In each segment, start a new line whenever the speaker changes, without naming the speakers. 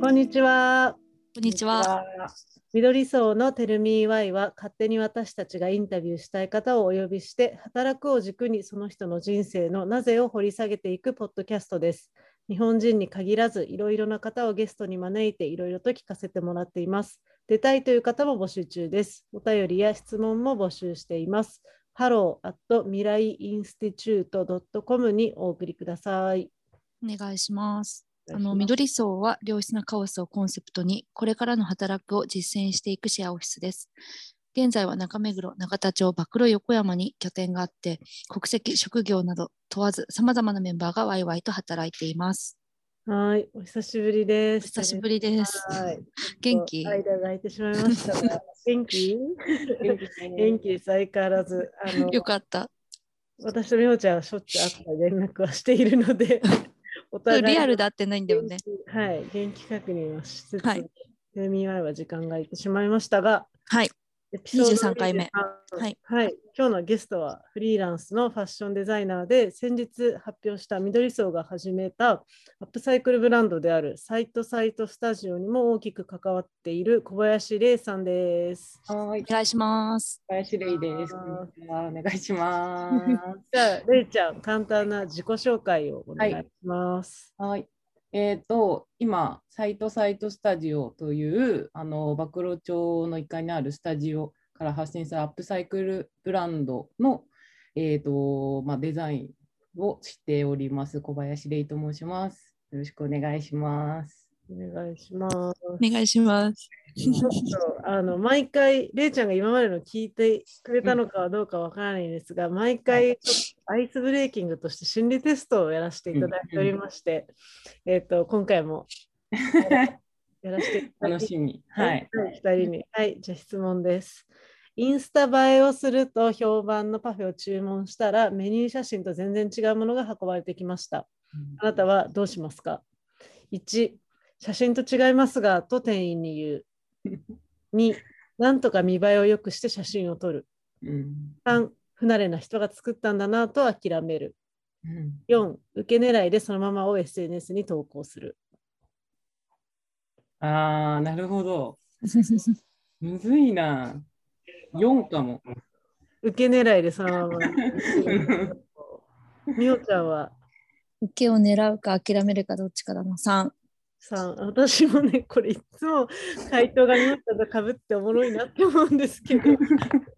こんにちは。
こんにちは。
緑層のテルミーワイは勝手に私たちがインタビューしたい方をお呼びして働くを軸にその人の人生のなぜを掘り下げていくポッドキャストです。日本人に限らずいろいろな方をゲストに招いていろいろと聞かせてもらっています。出たいという方も募集中です。お便りや質問も募集しています。hello at 未来インスティチュート .com にお送りください。
お願いします。あ
お
の
願いし
緑層は良質なカオスをコンセプトにこれからの働くを実践していくシェアオフィスです。現在は中目黒、永田町、曝露横山に拠点があって、国籍、職業など問わず様々なメンバーがワイワイと働いています。
ますはい、お久しぶりです。
お久しぶりです。
はい。
元気
間が空いてしまいましたが。元気元気です相変わらず。あの
よかった。
私と美穂ちゃんはしょっちゅう会った連絡はしているので、お互い
リアルで会ってないんだよね。
元気はい、元気確認をしつつ、
はい
テレミワイは時間が空いてしまいましたが、
はい。
エピソード
23回目、
はいはい。今日のゲストはフリーランスのファッションデザイナーで、先日発表した緑層が始めたアップサイクルブランドであるサイトサイトスタジオにも大きく関わっている小林玲さんです。
はい
お、願いします。
林レイです。
あー
こんにちはお願いします。
じゃあ、レイちゃん、簡単な自己紹介をお願いします。
はい。えっ、と、今、サイトサイトスタジオという、あの、曝露町の1階にあるスタジオから発信するアップサイクルブランドの、えっ、と、まあ、デザインをしております。小林レイと申します。よろしくお願いします。
お願いします。
お願いします。
ちょっとあの毎回、れいちゃんが今までの聞いてくれたのかはどうかわからないんですが、毎回ちょっとアイスブレイキングとして心理テストをやらせていただいておりまして、えっと今回もやらせていただ
楽
き
しみ。
は
はいい。、
2人に。はい、じゃあ質問です。インスタ映えをすると評判のパフェを注文したら、メニュー写真と全然違うものが運ばれてきました。あなたはどうしますか ?1、写真と違いますが、と店員に言う。2、なんとか見栄えを良くして写真を撮る。
うん。
3、不慣れな人が作ったんだなと諦める。
うん
4、受け狙いでそのままを SNS に投稿する。
ああ、なるほど。むずいな。4かも。
受け狙いでそのまま。みおちゃんは
受けを狙うか諦めるかどっちかだな。三。
さん、私もね、これいつも回答がみおちゃんとかぶっておもろいなって思うんですけど、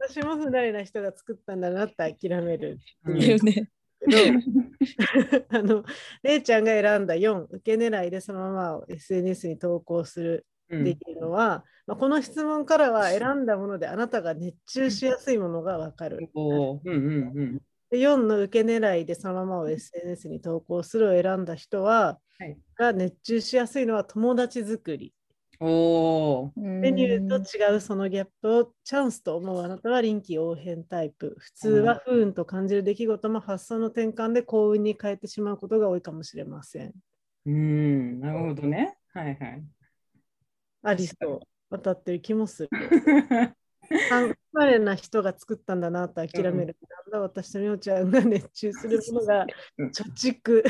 私も不慣れな人が作ったんだなって諦める
うん
だよね。
けど、あの、れいちゃんが選んだ4、受け狙いでそのままを SNS に投稿する
う
ってい
ん
うのは、まあ、この質問からは選んだものであなたが熱中しやすいものがわかる。
おーうんうんうん。
で4の受け狙いでそのままを SNS に投稿するを選んだ人は、
はい
が熱中しやすいのは友達作り。
おー
メ
メニューと違うそのギャップをチャンスと思うあなたは臨機応変タイプ。普通は不運と感じる出来事も発想の転換で幸運に変えてしまうことが多いかもしれません。
うん、なるほどね。は いはい。
ありそう。当たってる気もする。あ不慣れな人が作ったんだなと諦める。なんだ私とみおちゃんが熱中するものが
うん
貯蓄。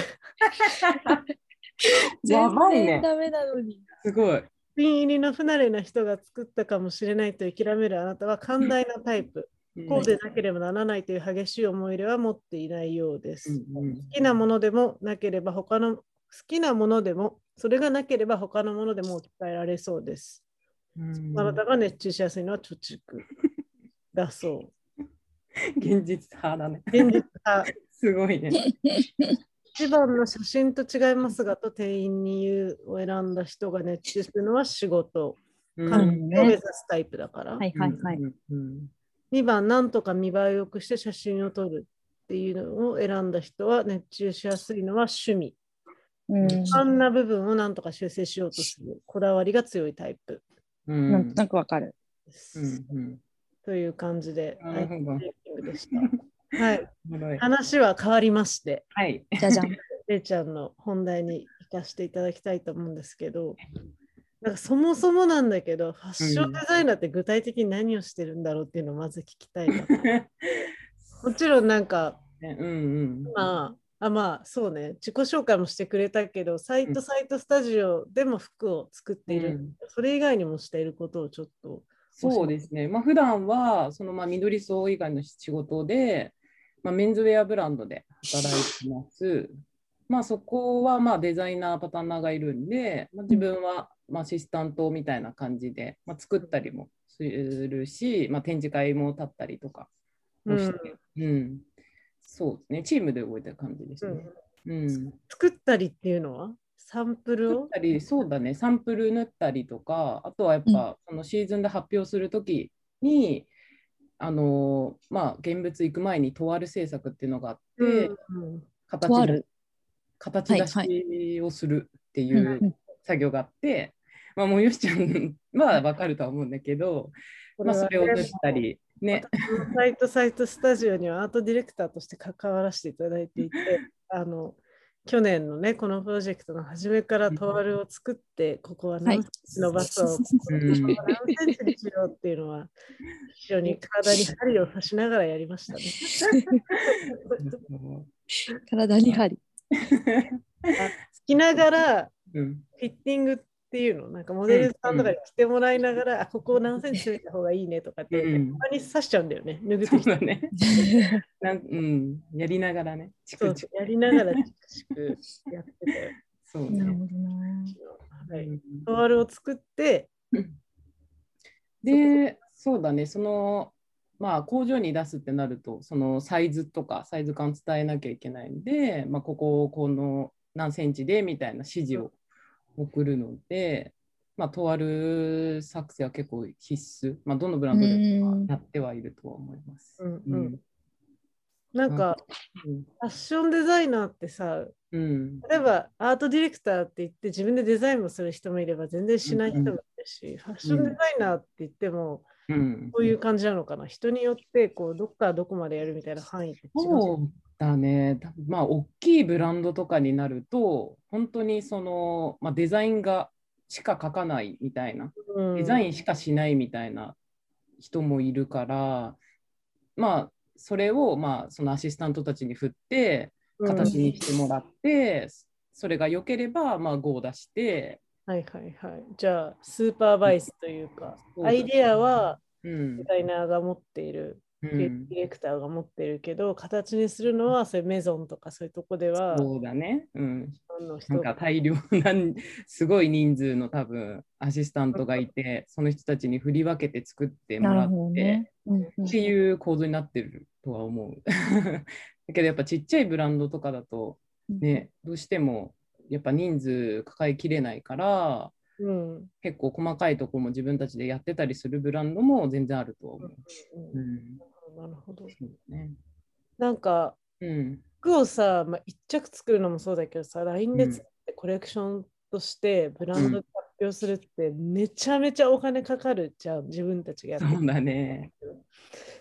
やばいね。
ダメなのに。
すごい。
ピン入りの不慣れな人が作ったかもしれないと諦めるあなたは寛大なタイプ。こうでなければならないという激しい思い入れは持っていないようです。
うんうん
好きなものでもなければ他の好きなものでもそれがなければ他のものでも置き換えられそうです。
うん
あなたが熱中しやすいのは貯蓄だそう。
現実派だね。
現実派
すごいね。
一番の写真と違いますがと店員に言うを選んだ人が熱中するのは仕事、環境を目指すタイプだから。
はいはいはい。
うんうん
2番、なんとか見栄えを良くして写真を撮るっていうのを選んだ人は熱中しやすいのは趣味。
うん
あんな部分をなんとか修正しようとするこだわりが強いタイプ
うん。う
なんんなんかわかる。
です。
うん。
という感じで、
なるほど
アイスブレイキングでした。はい、
おもろい
話は変わりまして、
はい。
じゃじゃん。
れいちゃんの本題に生かしていただきたいと思うんですけど、なんかそもそもなんだけど、ファッションデザイナーって具体的に何をしてるんだろうっていうのをまず聞きたいな。もちろんなんか、
ねうんうん。
まあ、あまあそうね自己紹介もしてくれたけどサイトサイトスタジオでも服を作っている、
うん
それ以外にもしていることをちょっと
そうですね、まあ普段はそのまあ緑層以外の仕事で、まあ、メンズウェアブランドで働いて ます。まあ、そこはまあデザイナー、パタンナーがいるんで、まあ、自分はまあアシスタントみたいな感じで、まあ、作ったりもするし、まあ、展示会も立ったりとかもして、うんそうですね、チームで動いてる感じですね。うん
作ったりっていうのはサンプル
作っ
を
たりそうだねサンプル縫ったりとかあとはやっぱ、そのシーズンで発表するときにあのーまあ現物行く前にとある制作っていうのがあって、
うん
形
とあ
出
る
し形出しをするっていう作業があって、まあもうよしちゃんは分かるとは思うんだけど、まあ、それを縫ったりね
この サイトサイトスタジオにはアートディレクターとして関わらせていただいてい てあの去年のねこのプロジェクトの初めからトワルを作ってここは
は
何
い
センチのバスをここ
うん
ここは何センチにしようっていうのは非常に体に針を刺しながらやりましたね。
体に 針。
着ながら
うん
フィッティングっていうのなんかモデルさんとかに着てもらいながら、あここを何センチ詰めた方がいいねとかって、た
うん
まに刺しちゃうんだよね脱ぐ
そ
と
う
き
だねなん、うん、やりながらねチ
そ
ク
う
チク
やりながらチクチク やってたよ。
そう
なる
ね
ほどな。
はい
うん
トワルを作って、
で、そうだね、その、まあ、工場に出すってなると、そのサイズとか、サイズ感伝えなきゃいけないんで、まあ、ここをこの何センチでみたいな指示を送るので、まあ、とある作成は結構必須、まあ、どのブランドでもやってはいるとは思います。
うん
う
うんん、なんかファッションデザイナーってさ、
うん
例えばアートディレクターって言って自分でデザインもする人もいれば全然しない人もいるし、ファッションデザイナーって言っても
うん
こういう感じなのかな、人によってこうどっからどこまでやるみたいな範囲って違う。
そうだね、たまあ、大きいブランドとかになると、本当にその、まあ、デザインがしか書かないみたいな、
うん
デザインしかしないみたいな人もいるから、まあ、それを、まあ、そのアシスタントたちに振って、形にしてもらって、それが良ければ、まあ、5を出して、
はいはいはい。じゃあ、スーパーバイスというか、
そうだ
アイデアは
うん
デザイナーが持っている、
う
デ
ん
ィ、レクターが持っているけど、形にするのはそういうメゾンとかそういうとこでは、
そうだね、うん、
あの人
なんか大量なすごい人数の多分アシスタントがいてその人たちに振り分けて作っても
な
ら
るほど
って、
ね。
っていう構造になってるとは思う。 だけどやっぱちっちゃいブランドとかだとねどうしてもやっぱ人数抱えきれないから
うんうん
結構細かいとこも自分たちでやってたりするブランドも全然あるとは思う。
う
うんん、
なるほど。
そうだね。
なんか、
うん、
服をさ、まあ、一着作るのもそうだけどさ、LINE で作ってコレクションとしてブランドで発表するってめちゃめちゃお金かかるじゃん、自分たちがやって
そうだね。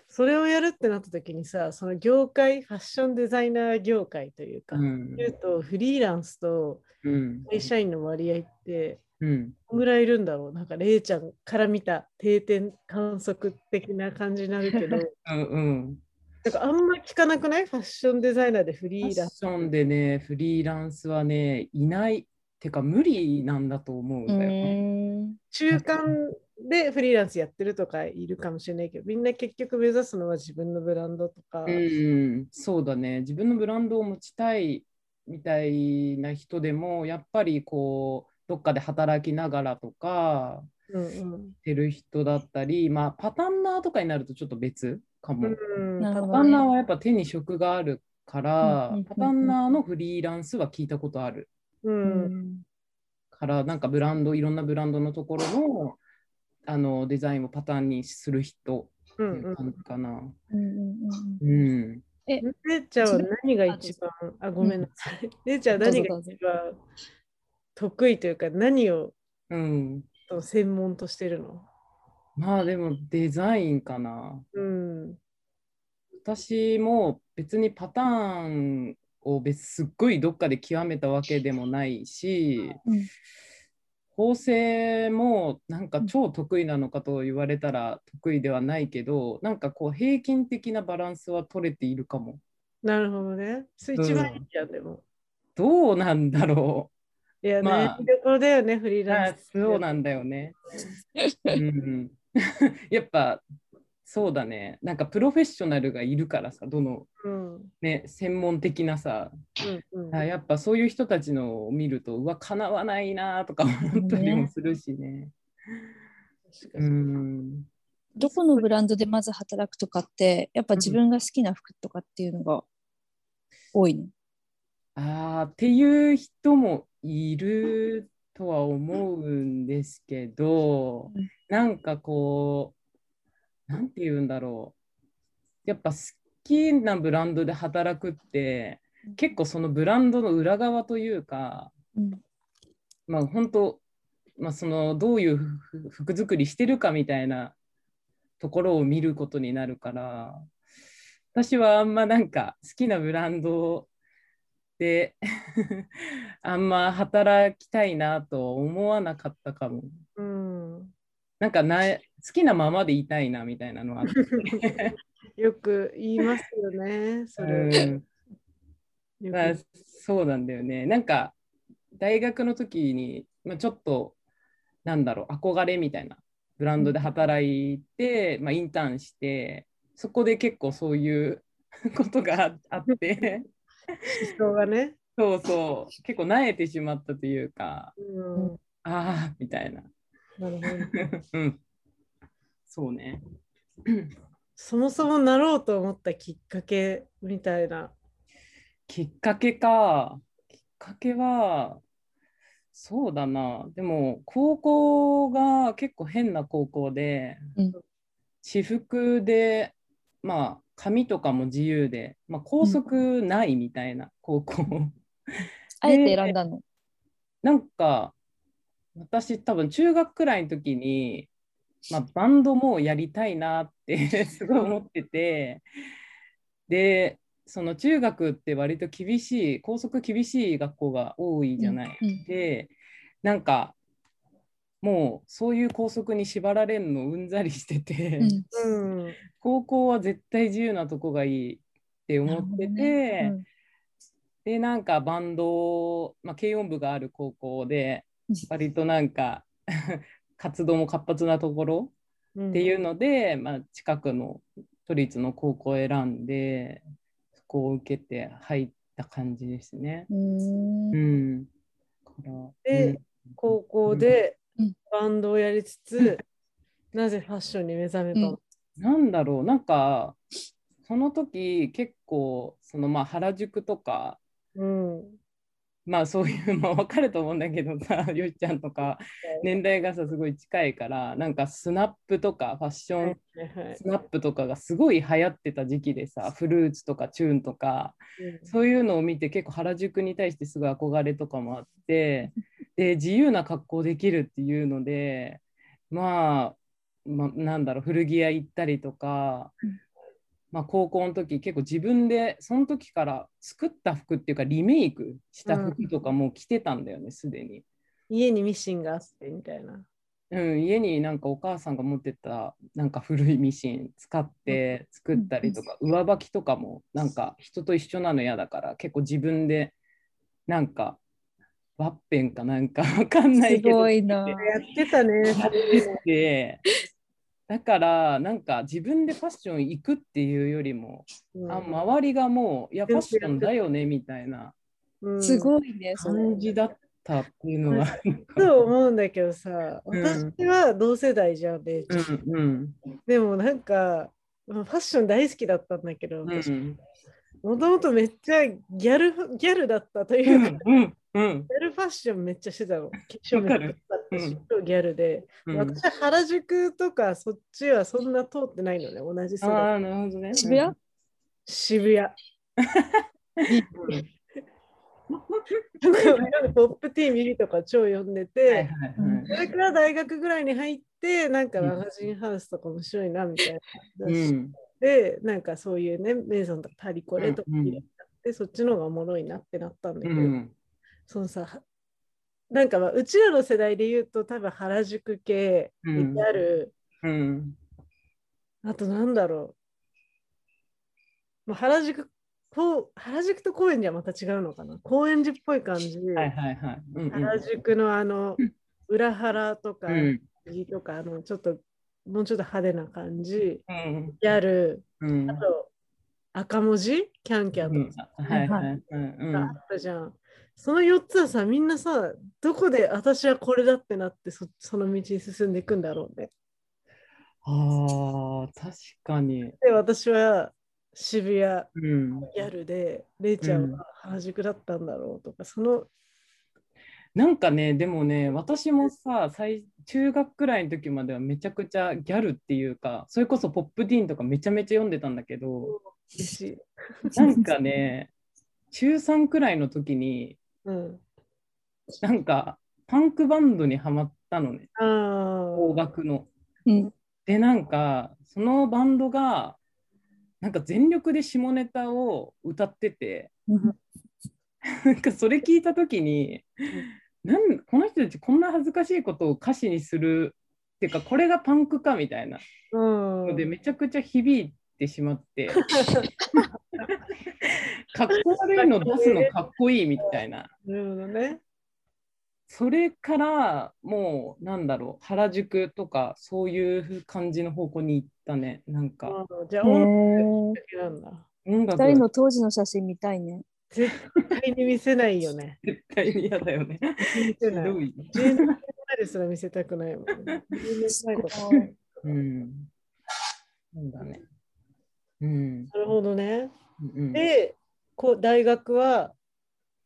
それをやるってなった時にさその業界ファッションデザイナー業界というか、
うん
言うとフリーランスと
うん
会社員の割合って
うん
どんぐらいいるんだろうなんかレイちゃんから見た定点観測的な感じになる けど
うんうん
なんかあんま聞かなくないファッションデザイナーでフリー
ファ
ラ
ッ
ンス。
ションでね、フリーランスはね、いない。てか無理なんだと思うんだよね。
中間でフリーランスやってるとかいるかもしれないけどみんな結局目指すのは自分のブランドとか、
うん、そうだね。自分のブランドを持ちたいみたいな人でも、やっぱりこう、どっかで働きながらとか、
うんうん
してる人だったり、まあ、パタンナーとかになるとちょっと別かも。
うん
なるほ
パ
ど
タンナーはやっぱ手に職があるから、
うんうんうんうん
パタンナーのフリーランスは聞いたことある。
うん
からなんかブランドいろんなブランドのところのあのデザインをパターンにする人
う
っ
ん
てい
うん
う感じかな。
うん
うん。
れいちゃんは何が一番、あ、ごめんなさい。れいちゃんは何が
どうぞどう
一番得意というか、何を
うん。
その専門としてるの
まあでもデザインかな。
うん。
私も別にパターンを別すっごいどっかで極めたわけでもないし、縫製もなんか超得意なのかと言われたら得意ではないけど、なんかこう平均的なバランスは取れているかも。
なるほどね。それ一番いいじゃん、でも。
どうなんだろ
いやね、
まあ
見どころだよね、フリ
う。
ーランス。
そうなんだよね。うん、 やっぱそうだね。なんかプロフェッショナルがいるからさ、どの
うん。うん
ね専門的なさ、
うん
あやっぱそういう人たちのを見るとうわかなわないなとか思ったりもするしね。
確か
う
に
ん
どこのブランドでまず働くとかって、やっぱ自分が好きな服とかっていうのが多いの。
あーっていう人もいるとは思うんですけど
うん
なんかこうなんて言うんだろうやっぱ好きなブランドで働くって結構そのブランドの裏側というか
うん
まあ本当、まあ、そのどういう服服作りしてるかみたいなところを見ることになるから私はあんまなんか好きなブランドで あんま働きたいなと思わなかったかも
うん
なんかな好きなままでいたいなみたいなのはあって
よく言いますよ ね、それ。
うん
よく
まあ、そうなんだよね。なんか大学の時に、まあ、ちょっとなんだろう憧れみたいなブランドで働いて、まあ、インターンしてそこで結構そういう ことがあって
思想がね。
そうそう結構なえてしまったというか
うん
ああみたいな。
なるほど。
うん、そうね。
そもそもなろうと思ったきっかけみたいな。
きっかけか。きっかけは、そうだな。でも、高校が結構変な高校で、
うん
私服で、まあ、髪とかも自由で、まあ、校則ないみたいな高校。
あえて選んだの。
なんか、私、多分中学くらいの時に、まあ、バンドもやりたいなって すごい思ってて、で、その中学って割と厳しい、校則厳しい学校が多いじゃない。
うん
で、なんか、もうそういう校則に縛られるのうんざりしてて、
うん
うん。
高校は絶対自由なとこがいいって思ってて、
うん
でなんかバンド、まあ、軽音部がある高校で
うん
割となんか 活動も活発なところっていうので、まあ、近くの都立の高校を選んでそこを受けて入った感じですね。
うん
うん、から
で
うん
高校で
うん
バンドをやりつつ、なぜファッションに目覚めたの、
なんだろうなんかその時結構そのまあ原宿とか
うん
まあそういうまあ分かると思うんだけどさ よっちゃんとか年代がさすごい近いからなんかスナップとかファッシ
はい
ョン
はいはい
スナップとかがすごい流行ってた時期でさフルーツとかチューンとかそういうのを見て結構原宿に対してすごい憧れとかも あってで自由な格好できるっていうのでまあ、まあ、なんだろう古着屋行ったりとか
うん。
まあ、高校の時結構自分でその時から作った服っていうかリメイクした服とかもう着てたんだよねすでに。
家にミシンがあってみたいな。
うん、家になんかお母さんが持ってたなんか古いミシン使って作ったりとか上履きとかもなんか人と一緒なの嫌だから結構自分でなんかワッペンかなんか わかんない
す
けど
ごいな。
やってたね。
買ってだからなんか自分でファッション行くっていうよりも
うん
あ周りがもういやファッションだよねみたいな
うん
すごいね。それ
感じだったっていうのは
そう思うんだけどさ、
うん
私は同世代じゃんで、
うんうん
でもなんかファッション大好きだったんだけど、
うん
私もともとめっちゃギャルギャルだったといううか、
んうんうん
ギャルファッションめっちゃしてたの。化粧めっちゃったし
わか
超ギャルで。
うん
私は原宿とかそっちはそんな通ってないのね、同じ世代。
ああ、なるほどね。
渋谷
渋谷。
う んうん
ポップティー右とか超読んで
はいは
て、
いはい
それから大学ぐらいに入って、なんかマガジンハウスとか面白いなみたいな。
うん
で、なんかそういうね、メイソンとかパリコレとか
うんうん
で、そっちの方がおもろいなってなったんだ
う
けど、
ん
そのさ、なんかまあうちらの世代で言うと多分原宿系
う
に
ん
ある、
うん
あとなんだろうもう原宿こう原宿と高円寺はまた違うのかな高円寺っぽい感じ、
はいはいはい。うんうん
原宿のあの
うん
裏原とか
うん
右とかあのちょっともうちょっと派手な感じ
うん
ギャル
うん
あと赤文字キャンキャンとかさ
はいはい。うんう
あ
ん
ったじゃん。その4つはさ、みんなさ、どこで私はこれだってなってそ、その道に進んでいくんだろうね。
ああ、確かに。
で、私は渋谷ギ
うん、
ャルで、レイちゃんは原宿だったんだろうとか、その、
なんかね、でもね、私もさ、最中学くらいの時まではめちゃくちゃギャルっていうか、それこそポップディーンとかめちゃめちゃ読んでたんだけど、
うち
なんかね、中3くらいの時に、
うん。
なんかパンクバンドにはまったのね、
あ
邦
あ、
楽の。
うん
で、なんか、そのバンドが、なんか全力で下ネタを歌ってて、
うん
なんかそれ聞いた時に、なんこの人たちこんな恥ずかしいことを歌詞にするっていうかこれがパンクかみたいな
う
の
ん。
でめちゃくちゃ響いてしまってかっこ悪いの出すのかっこいいみたいな
なるほどね。
それからもうなんだろう原宿とかそういう感じの方向に行ったねなん
あ
か
ーじゃあ、
へ
音楽
ー
だけなんだ。
音楽
二人
は
の当時の写真見たいね。
絶対に見せないよね。
絶対に嫌だよね。
見せ
ひ
ない。10
どい、
年前ですら見せたくないもん、 ね。10年前とか。
うん。そうだね。うん。
なるほどね。
うん
で、こう大学は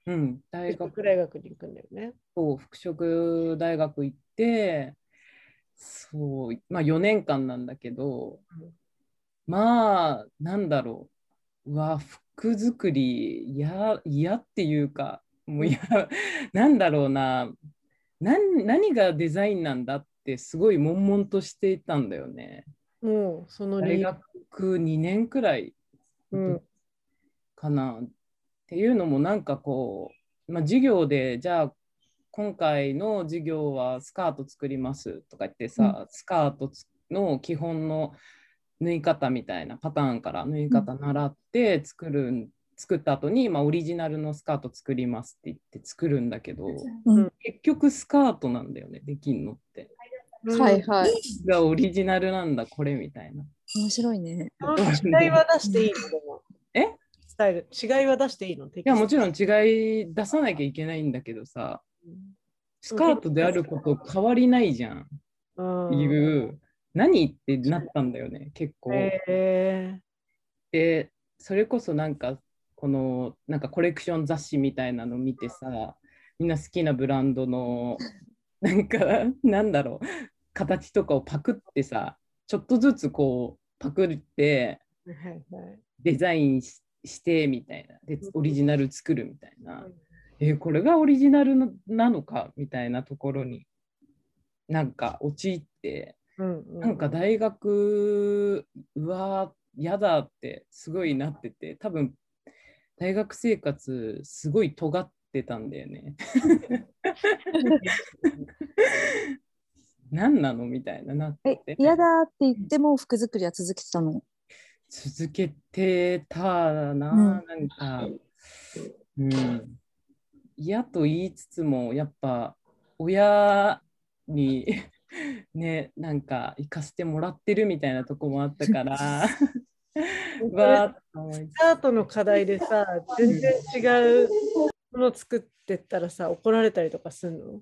うん、大
大
学
学大学に行くんだよね。
と服飾大学行ってそう、まあ、4年間なんだけど
うん
まあなんだろううわ服作り嫌嫌っていうかもういやなんだろうななん何がデザインなんだってすごい悶々としていたんだよね。
もうその
大
理由、
学2年くらい
うん
かなっていうのもなんかこう、まあ、授業でじゃあ今回の授業はスカート作りますとか言ってさ、スカートつの基本の縫い方みたいなパターンから縫い方習って作るん、作った後にまあ、オリジナルのスカート作りますって言って作るんだけど
うん
結局スカートなんだよねできんのって。
うん
はいはい。
がオリジナルなんだこれみたいな。
面白いね。
その違いは出していいのでも
え
スタイル違いは出していいのい
いやもちろん違い出さなきゃいけないんだけどさスカートであること変わりないじゃんっ
ろ
ていう何ってなったんだよね結構。
え
でそれこそなんかこのなんかコレクション雑誌みたいなの見てさみんな好きなブランド のなんかなんだろう形とかをパクってさちょっとずつこうパクって
ーはいはい
デザインししてみたいなでオリジナル作るみたいな
うん。
えーこれがオリジナルのなのかみたいなところになんか陥って
うんう
なんか大学うわーやだってすごいなってて多分大学生活すごい尖ってたんだよ ね。何なのみたいななっ
え
て、
嫌だって言っても服作りは続けてたの。
続けてたな、なんか、うん、嫌と言いつつもやっぱ親に ねなんか行かせてもらってるみたいなとこもあったから わーっと思い
スカートの課題でさ全然違うもの作ってったらさ怒られたりとかするの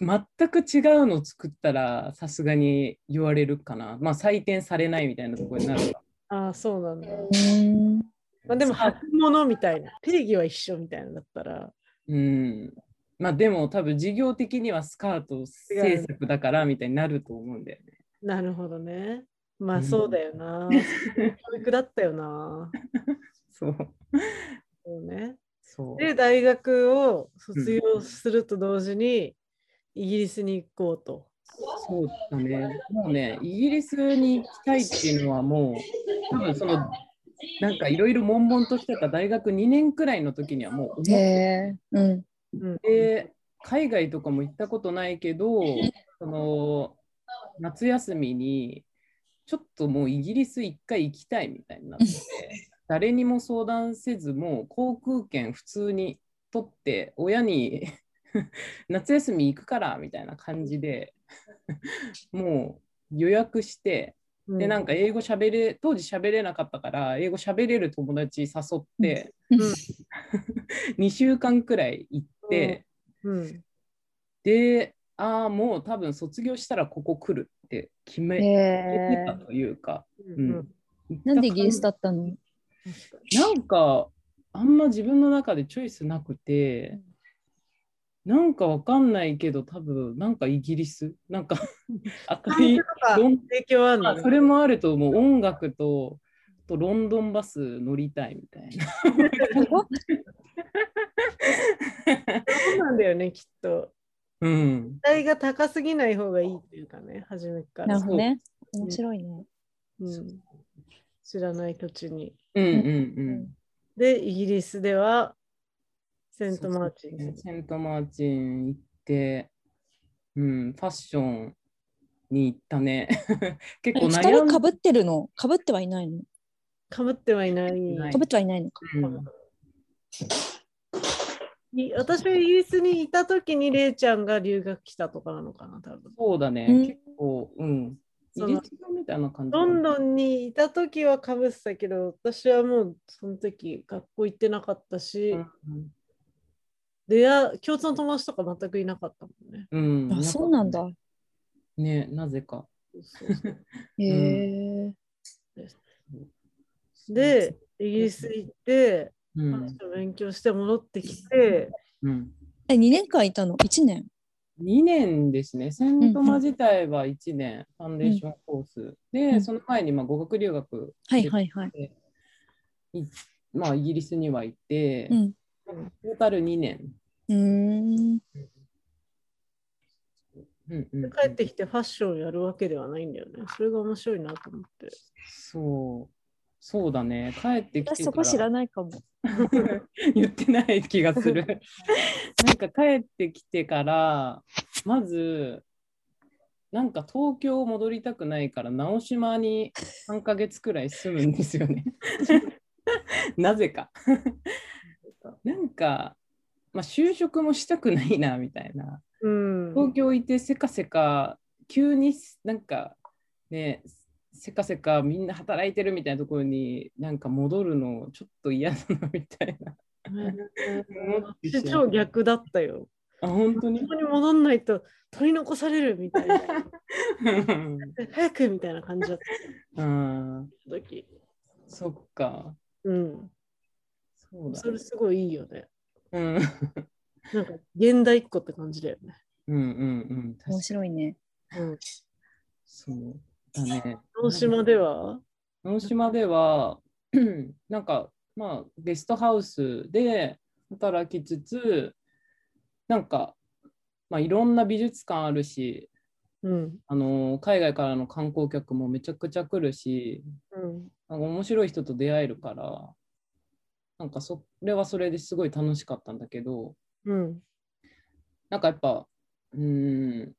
全く違うの作ったらさすがに言われるかなまあ採点されないみたいなとこになるか
ああそうなんだ、
うん。
まあ、でも履くものみたいな定義は一緒みたいなのだったら
うんまあでも多分事業的にはスカート制作だからみたいになると思うんだよね
なるほどね。ま
う
あ
ん
そうだよな。教育だったよな。
そう
そうね、
そう
で、大学を卒業すると同時に、イギリスに行こうと。
そうだね。もうね、イギリスに行きたいっていうのはもう、多分その、なんかいろいろ悶々としてた大学2年くらいの時にはもう思っ
へえ。うん。
うん
で海外とかも行ったことないけどその夏休みにちょっともうイギリス一回行きたいみたいになって誰にも相談せずもう航空券普通に取って親に 夏休み行くからみたいな感じでもう予約して
うん
でなんか英語喋れ当時喋れなかったから英語喋れる友達誘って、
うん
2週間くらい行って、
うん
でああもう多分卒業したらここ来るって決め,、決めてたというか、
うん
なんでイギリスだったの
なんかあんま自分の中でチョイスなくて、なんかわかんないけど多分なんかイギリスなんか赤いロン
影響ある
あ
の
それもあるともう音楽とあとロンドンバス乗りたいみたいな。
そうなんだよねきっと
うん、
期待が高すぎない方がいいっていうかね初めか
なる
ら
ほどね。面白いね。
うん知らない土地に
うんうん
でイギリスではセ
うん。
ント・マーチ
そうそう
ン
ねセントマーチン行って、うん、ファッションに行ったね。 結構
二
悩
人
ん
かぶってるのかぶってはいないの
かぶってはいない
ない
かぶってはいないのか。
うん
い私がイギリスにいた時にレイちゃんが留学来たとかなのかな多分
そうだね、
うん
結構、うん。イ
そ
ギ
の
リスみたいな感じだ
ロ
ね。
ンドンにいた時はかぶってたけど私はもうその時学校行ってなかったし、
うん
出会共通の友達とか全くいなかったもんね。
うん。
あ、そうなんだ。。
ね、なぜか。
そうそうそう
へえ。
で、イギリス行って、
う
話
ん、
を勉強して戻ってきて、
うん。
え、二年間いたの一年
2年ですね、セントマ自体は1年、ファンデーションコース。で、
うん
その前にまあ語学留学
はいはいはい。
で、いまあ、イギリスには行って、
うん。
トータル2年。
うーん。
うんうんうん
帰ってきてファッションやるわけではないんだよね。それが面白いなと思って。
そう。そうだね、帰ってきて
私そこ知らないかも。
言ってない気が する。なんか帰ってきてから、まず、なんか東京戻りたくないから、直島に3ヶ月くらい住むんですよ ね。なぜか。なんか、まあ、就職もしたくないな、みたいな。
うん。
東京いてせかせか急になんかねせかせかみんな働いてるみたいなところになんか戻るのちょっと嫌だなみたい な。
私超逆だったよ。
あ本当に
ここに戻んないと取り残されるみた いな。
うん
早くみたいな感じだった
うん
時。
そっか。
うん。
そうだ
それすごいいいよね。
うん、うん
なんか現代っ子って感じだよね。
うんうん。確か
面
に
白いね。
うん。
そうだね。
大島では
直島では なんかまあゲストハウスで働きつつなんか、まあ、いろんな美術館あるし
うん。
あの海外からの観光客もめちゃくちゃ来るし
うん。
なんか面白い人と出会えるからなんかそれはそれですごい楽しかったんだけど
うん。
なんかやっぱうーん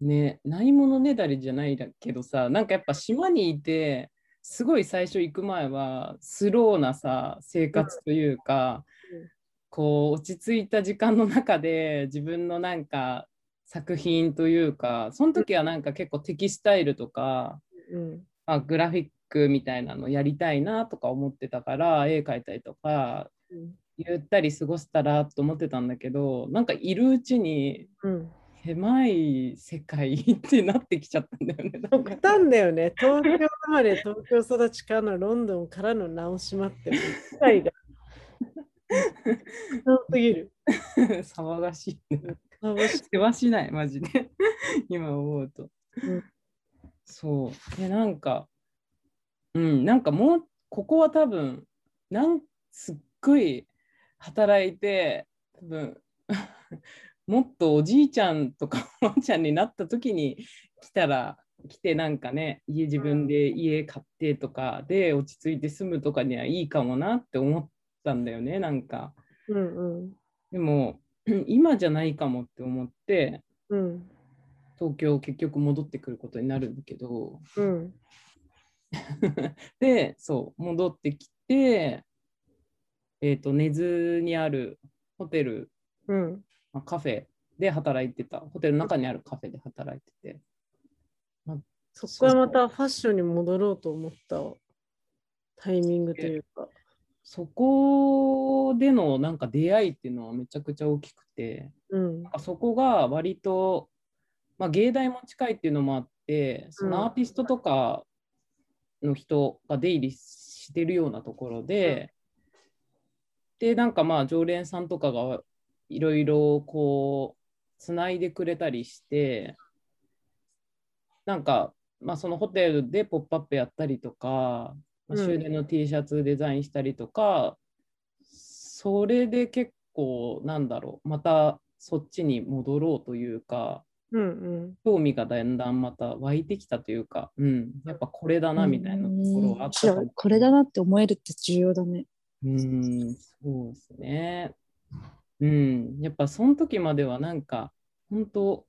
ねないものねだりじゃないだけどさなんかやっぱ島にいてすごい最初行く前はスローなさ生活というか、
うん
こう落ち着いた時間の中で自分のなんか作品というかその時はなんか結構テキスタイルとか、
うん。
まあ、グラフィックみたいなのやりたいなとか思ってたから絵描いたりとか
うん
ゆったり過ごせたらと思ってたんだけどなんかいるうちに
うん。
狭い世界ってなってきちゃったんだよね。なんか
極端だよね。東京生まれ、東京育ちからのロンドンからの直島って、世界 が。強すぎる。
騒がしい、ね。
ま ぶしい
世話しないマジで 今思うと。
うん
そうでなんかうんなんかもうここは多分なんすっごい働いて多分 もっとおじいちゃんとかおばあちゃんになった時に来たら来てなんかね家自分で家買ってとかで落ち着いて住むとかにはいいかもなって思ったんだよねなんか。
うんうん。
でも、 今じゃないかもって思って、
うん。
東京結局戻ってくることになるんだけど、
うん。
で、そう、戻ってきて、えっ、と、根津にあるホテル、
うん。
まあ、カフェで働いてた、ホテルの中にあるカフェで働いてて、まあ
そこからまたファッションに戻ろうと思ったタイミングというか。
そこでのなんか出会いっていうのはめちゃくちゃ大きくて、
うん
なん。かそこが割と、まあ、芸大も近いっていうのもあって、そのアーティストとかの人が出入りしてるようなところで、で、なんかまあ常連さんとかがいろいろこう、つないでくれたりして、なんか、まあ、そのホテルでポップアップやったりとか、まあ
うん
終電の T シャツデザインしたりとか、それで結構、なんだろう、またそっちに戻ろうというか、
うん
興味がだんだんまた湧いてきたというか、うん、やっぱこれだなみたいなところはあったかも
いやこれだなって思えるって重要だね。
うん、そうですね。うん、やっぱその時まではなんか、本当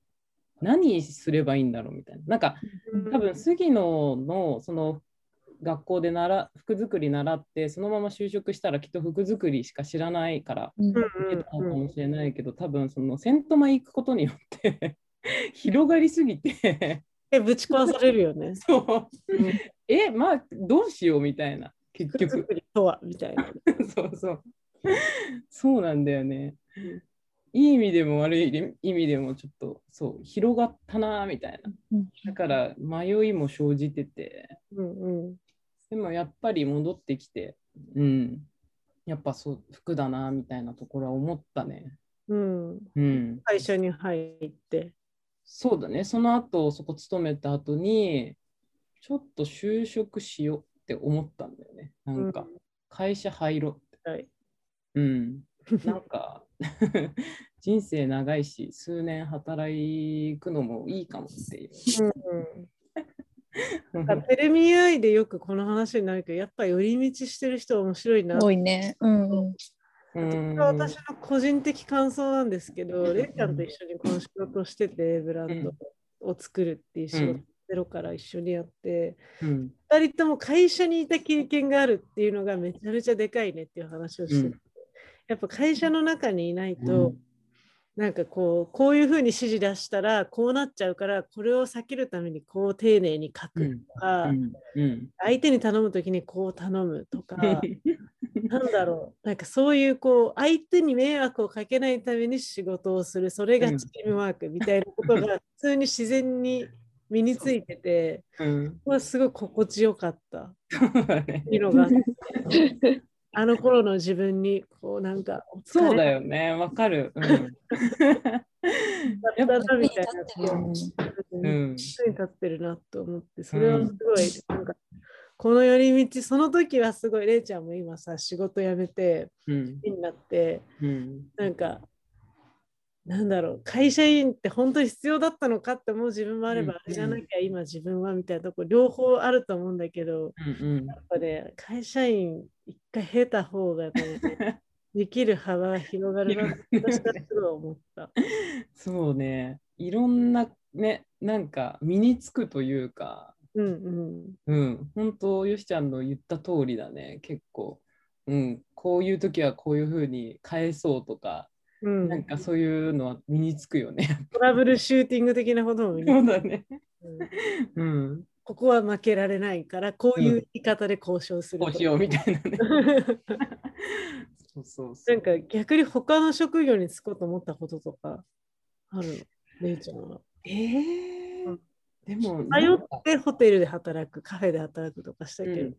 何すればいいんだろうみたいな。なんか、
うん。
多分杉野のその学校で習服作り習ってそのまま就職したらきっと服作りしか知らないから
うん
うん
出たの
う
か
んうん
もしれないけど、多分そのセントマイ行くことによって 広がりすぎて。
え、ぶち壊されるよね
そう
うん
えまあどうしようみたいな結
服
局
作りとはみたいな。
そうそうそうなんだよね。いい意味でも悪い意味でもちょっとそう広がったなみたいな
うん
だから迷いも生じてて
うんうん。
でもやっぱり戻ってきて、うん、やっぱそう服だなみたいなところは思ったね。
うん。
うん、
会社に入って。
そうだね、その後そこ勤めた後に、ちょっと就職しようって思ったんだよね。なんか
う、
会社入ろうって。
はい。
うん、なんか、 人生長いし、数年働くのもいいかもっていう。
うんなんかテレビ愛でよくこの話になるけど、やっぱり寄り道してる人は面白いな。
多いね。うんうん。
うん
私の個人的感想なんですけど、レイちゃんと一緒にこの仕事をしてて、ブランドを作るっていう仕事
うん
ゼロから一緒にやって、
うん
二人とも会社にいた経験があるっていうのがめちゃめちゃでかいねっていう話をしてて、
うん
やっぱ会社の中にいないと、
うん
なんかこうこういうふうに指示出したらこうなっちゃうからこれを避けるためにこう丁寧に書
う
く
ん
とか、
うんうん
相手に頼む時にこう頼むと かなんだろうなんかそういうこう相手に迷惑をかけないために仕事をするそれがチームワークみたいなことが普通に自然に身について て
うん
ここはすごい心地よかった
そうだ
っ
ね
ていうのが あの頃の自分にこうなんかお疲れ
そうだよね、わかる。 うん、
だ
やっぱ、
なみたいな
う
こ
ん
と
う
に役に
ん、
立ってるなと思ってそれはすごいなんかこの寄り道その時はすごいれいちゃんも今さ仕事辞めて
うん、
になって
うん、
なんかなんだろう会社員って本当に必要だったのかって思う自分もあれば、
うん
あれじゃなきゃ今自分はみたいなとこ両方あると思うんだけど
うん、
やっぱね会社員一回経た方が ねできる幅が広がるなって私はすごい思った。
そうね、いろんなね、なんか身につくというか、
うんうん
うん、本当よしちゃんの言った通りだね、結構。うん、こういう時はこういうふうに返そうとか、
うん、
なんかそういうのは身につくよね。
トラブルシューティング的なことも見
そう
る、
だね。
うん
うん、
ここは負けられないからこういう言い方で交渉する
ことう
か
しようみたいなね。そうそうそ う
なんか逆に他の職業に就こうと思ったこととかあるのレイちゃんは。
えー、でも、なん
通
か
ってホテルで働く、カフェで働くとかしたけど、
うん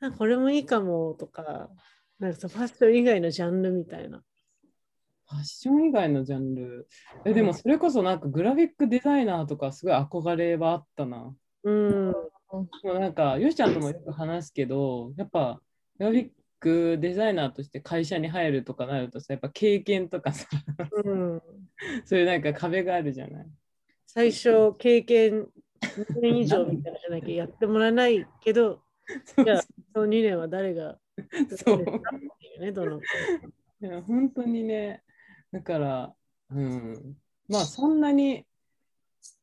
なんかこれもいいかもとか、なんかそのファッション以外のジャンルみたいな。
ファッション以外のジャンル。えでもそれこそなんかグラフィックデザイナーとかすごい憧れはあったな。
うん。
もうなんか、よしちゃんともよく話すけど、やっぱグラフィックデザイナーとして会社に入るとかなるとさ、やっぱ経験とかさ、
うん、
そういうなんか壁があるじゃない。
最初、経験2年以上みたいなのじゃなきゃやってもらえないけど、じゃあ、 その2年は誰が
そう
やるかっていうね、どの。
いや本当にね、だから、うん、まあそんなに、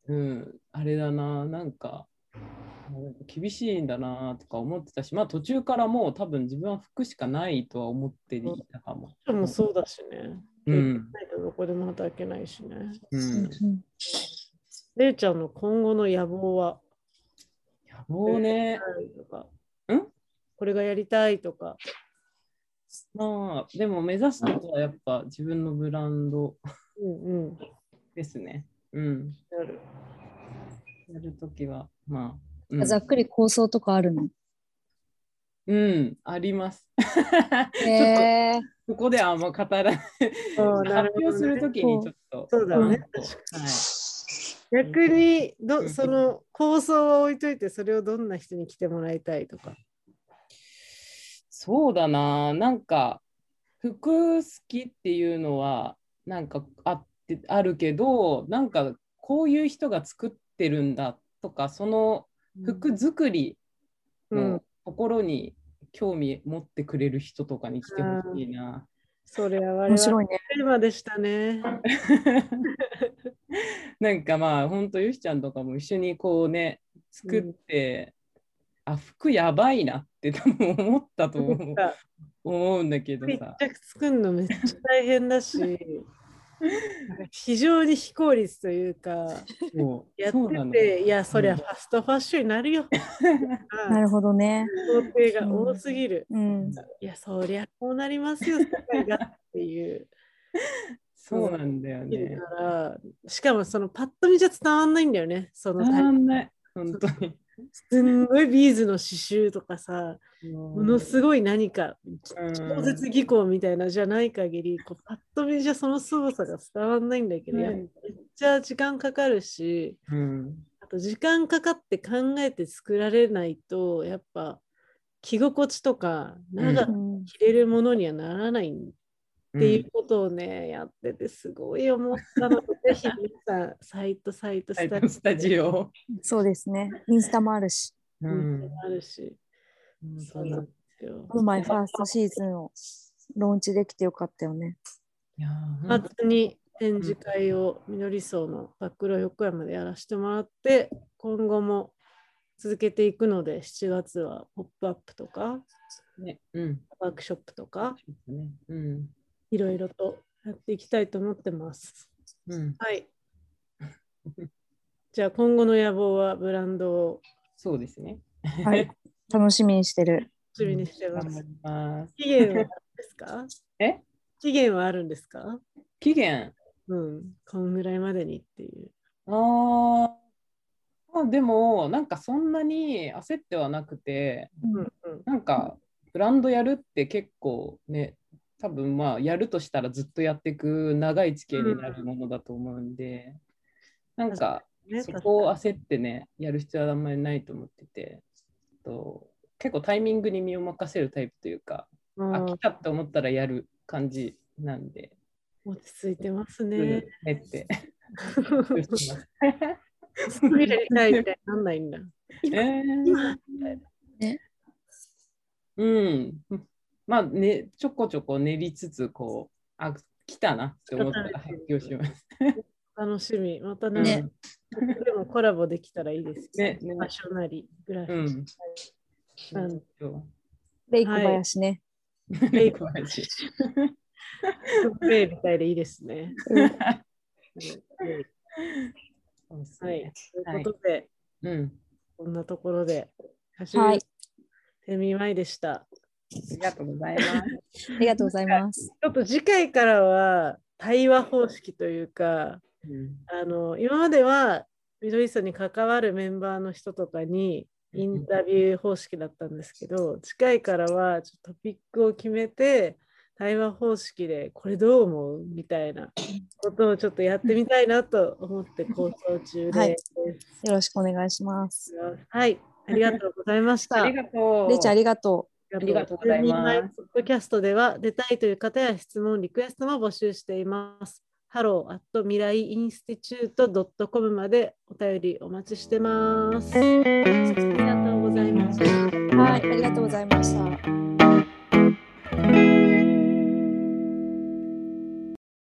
うん、あれだな、なんか、うん厳しいんだなとか思ってたし、まあ途中からもう多分自分は服しかないとは思っていたかも。
でもそうだしね。
うん、
ないとどこでも働けないしね。
うん。
れいちゃんの今後の野望は
野望ね、
とか、
ん
これがやりたいとか、
まあでも目指すことはやっぱ自分のブランド
うんうん、
ですね。うん。
なる
やるときは、まあ。うん
ざっくり構想とかあるの。
うん、あります。
へえ。
ここではあんま語らない。
ああなるほど
発
ね
表するときにちょっと。
そうだね
うんはい。
逆に
う
ど
ん
その構想は置いといてそれをどんな人に来てもらいたいとか、
そうだな、なんか服好きっていうのはなんかあってあるけど、なんかこういう人が作ってるんだとか、その服作り
うん
の、ところに興味持ってくれる人とかに来てほしいな。
それは
面
我々の
白いね。
テーマでしたね。
なんかまあ本当ゆしちゃんとかも一緒にこうね作って、あ服やばいなって多分思ったと思う
なんか
思うんだけど
密
さ。
着作るのめっちゃ大変だし、なんか 非常に非効率というか、
そう
やっ
そうな
て
の
て、いや、そりゃファストファッションになるよ。
なるほどね。
工程が多すぎる。
うん。
いや、そりゃこうなりますよ、世界がっていう。
そうなんだよね
だ。から、しかもそのパッと見じゃ伝わんないんだよね。その
たまんない。本当に。
すんごいビーズの刺繍とかさ、も
も
のすごい何か、
うん
超絶技巧みたいなじゃない限り、こうパッと見じゃその凄さが伝わんないんだけど、
はい
いやめっちゃ時間かかるし、
うん。
あと時間かかって考えて作られないと、やっぱ着心地とか長
う
く
ん
着れるものにはならないんっていうことをね、やっててすごい思ったので、ぜひ皆さん、サイト、サイト、
は
ス
い
タジオ
スタジオ。
そうですね。インスタもあるし。
う
も
ん。
あるし、そうなんですよ。
この前ファーストシーズンをローンチできてよかったよ ね。
いやー
まずに展示会をみのりそうのバックロ横山でやらせてもらって、今後も続けていくので、7月はポップアップとか、
ね。うん。
ワークショップとか、
ねうん。
いろいろとやっていきたいと思ってます。
うん。
はい。 じゃあ今後の野望はブランドを
そうですね。
はい。楽しみにしてる。
楽しみにしてま
頑
す
張。ります。
期限はあるんですか
え
期限はあるんですか
期限。
うん、こんぐらいまでにっていう。
ああ。まあでも、なんかそんなに焦ってはなくて、
うんうん、
なんかブランドやるって結構ね、多分まあやるとしたらずっとやっていく長い付き合いになるものだと思うんで、なんか
ね、
そこを焦ってね、やる必要はあんまりないと思ってて、と結構タイミングに身を任せるタイプというか、
確か
あ、
に
来たって思ったらやる感じなんで、
うん落ち着いてます
うん、
ね。
ねって。
見れたいみたいになんないんだ。
えー
ね
うん。まあね、ちょこちょこ練りつつ、こう、あ、来たなって思ったら発表します。
楽しみ。また
うん
ね、でもコラボできたらいいですよ
ねね
場所なり、グラフ
う
ィッ
ん。
うん
レイク林ね。
レイ
怖いし
ク、プレイみたいでいいですね。
うん
うん
そうです
はい
ね。
ということで、
うん。
こんなところで、
はい。
テミマイでした。
ありがとうございます。
ありがとうございます。
ちょっと次回からは対話方式というか、
うん
あの今までは緑さんに関わるメンバーの人とかにインタビュー方式だったんですけど次回からはちょっとトピックを決めて対話方式でこれどう思うみたいなことをちょっとやってみたいなと思って構想中です。
は
はいい、
よろしくお願いします。
ありがとうございました。
ありがとう。
レイちゃんありがと
あ
りがとうございます
ポッドキャストでは出たいという方や質問、リクエストも募集しています。hello at 未来インスティチュート .com までお便りお待ち してます。ありがとうございます。
う。はい、ありがとうございました。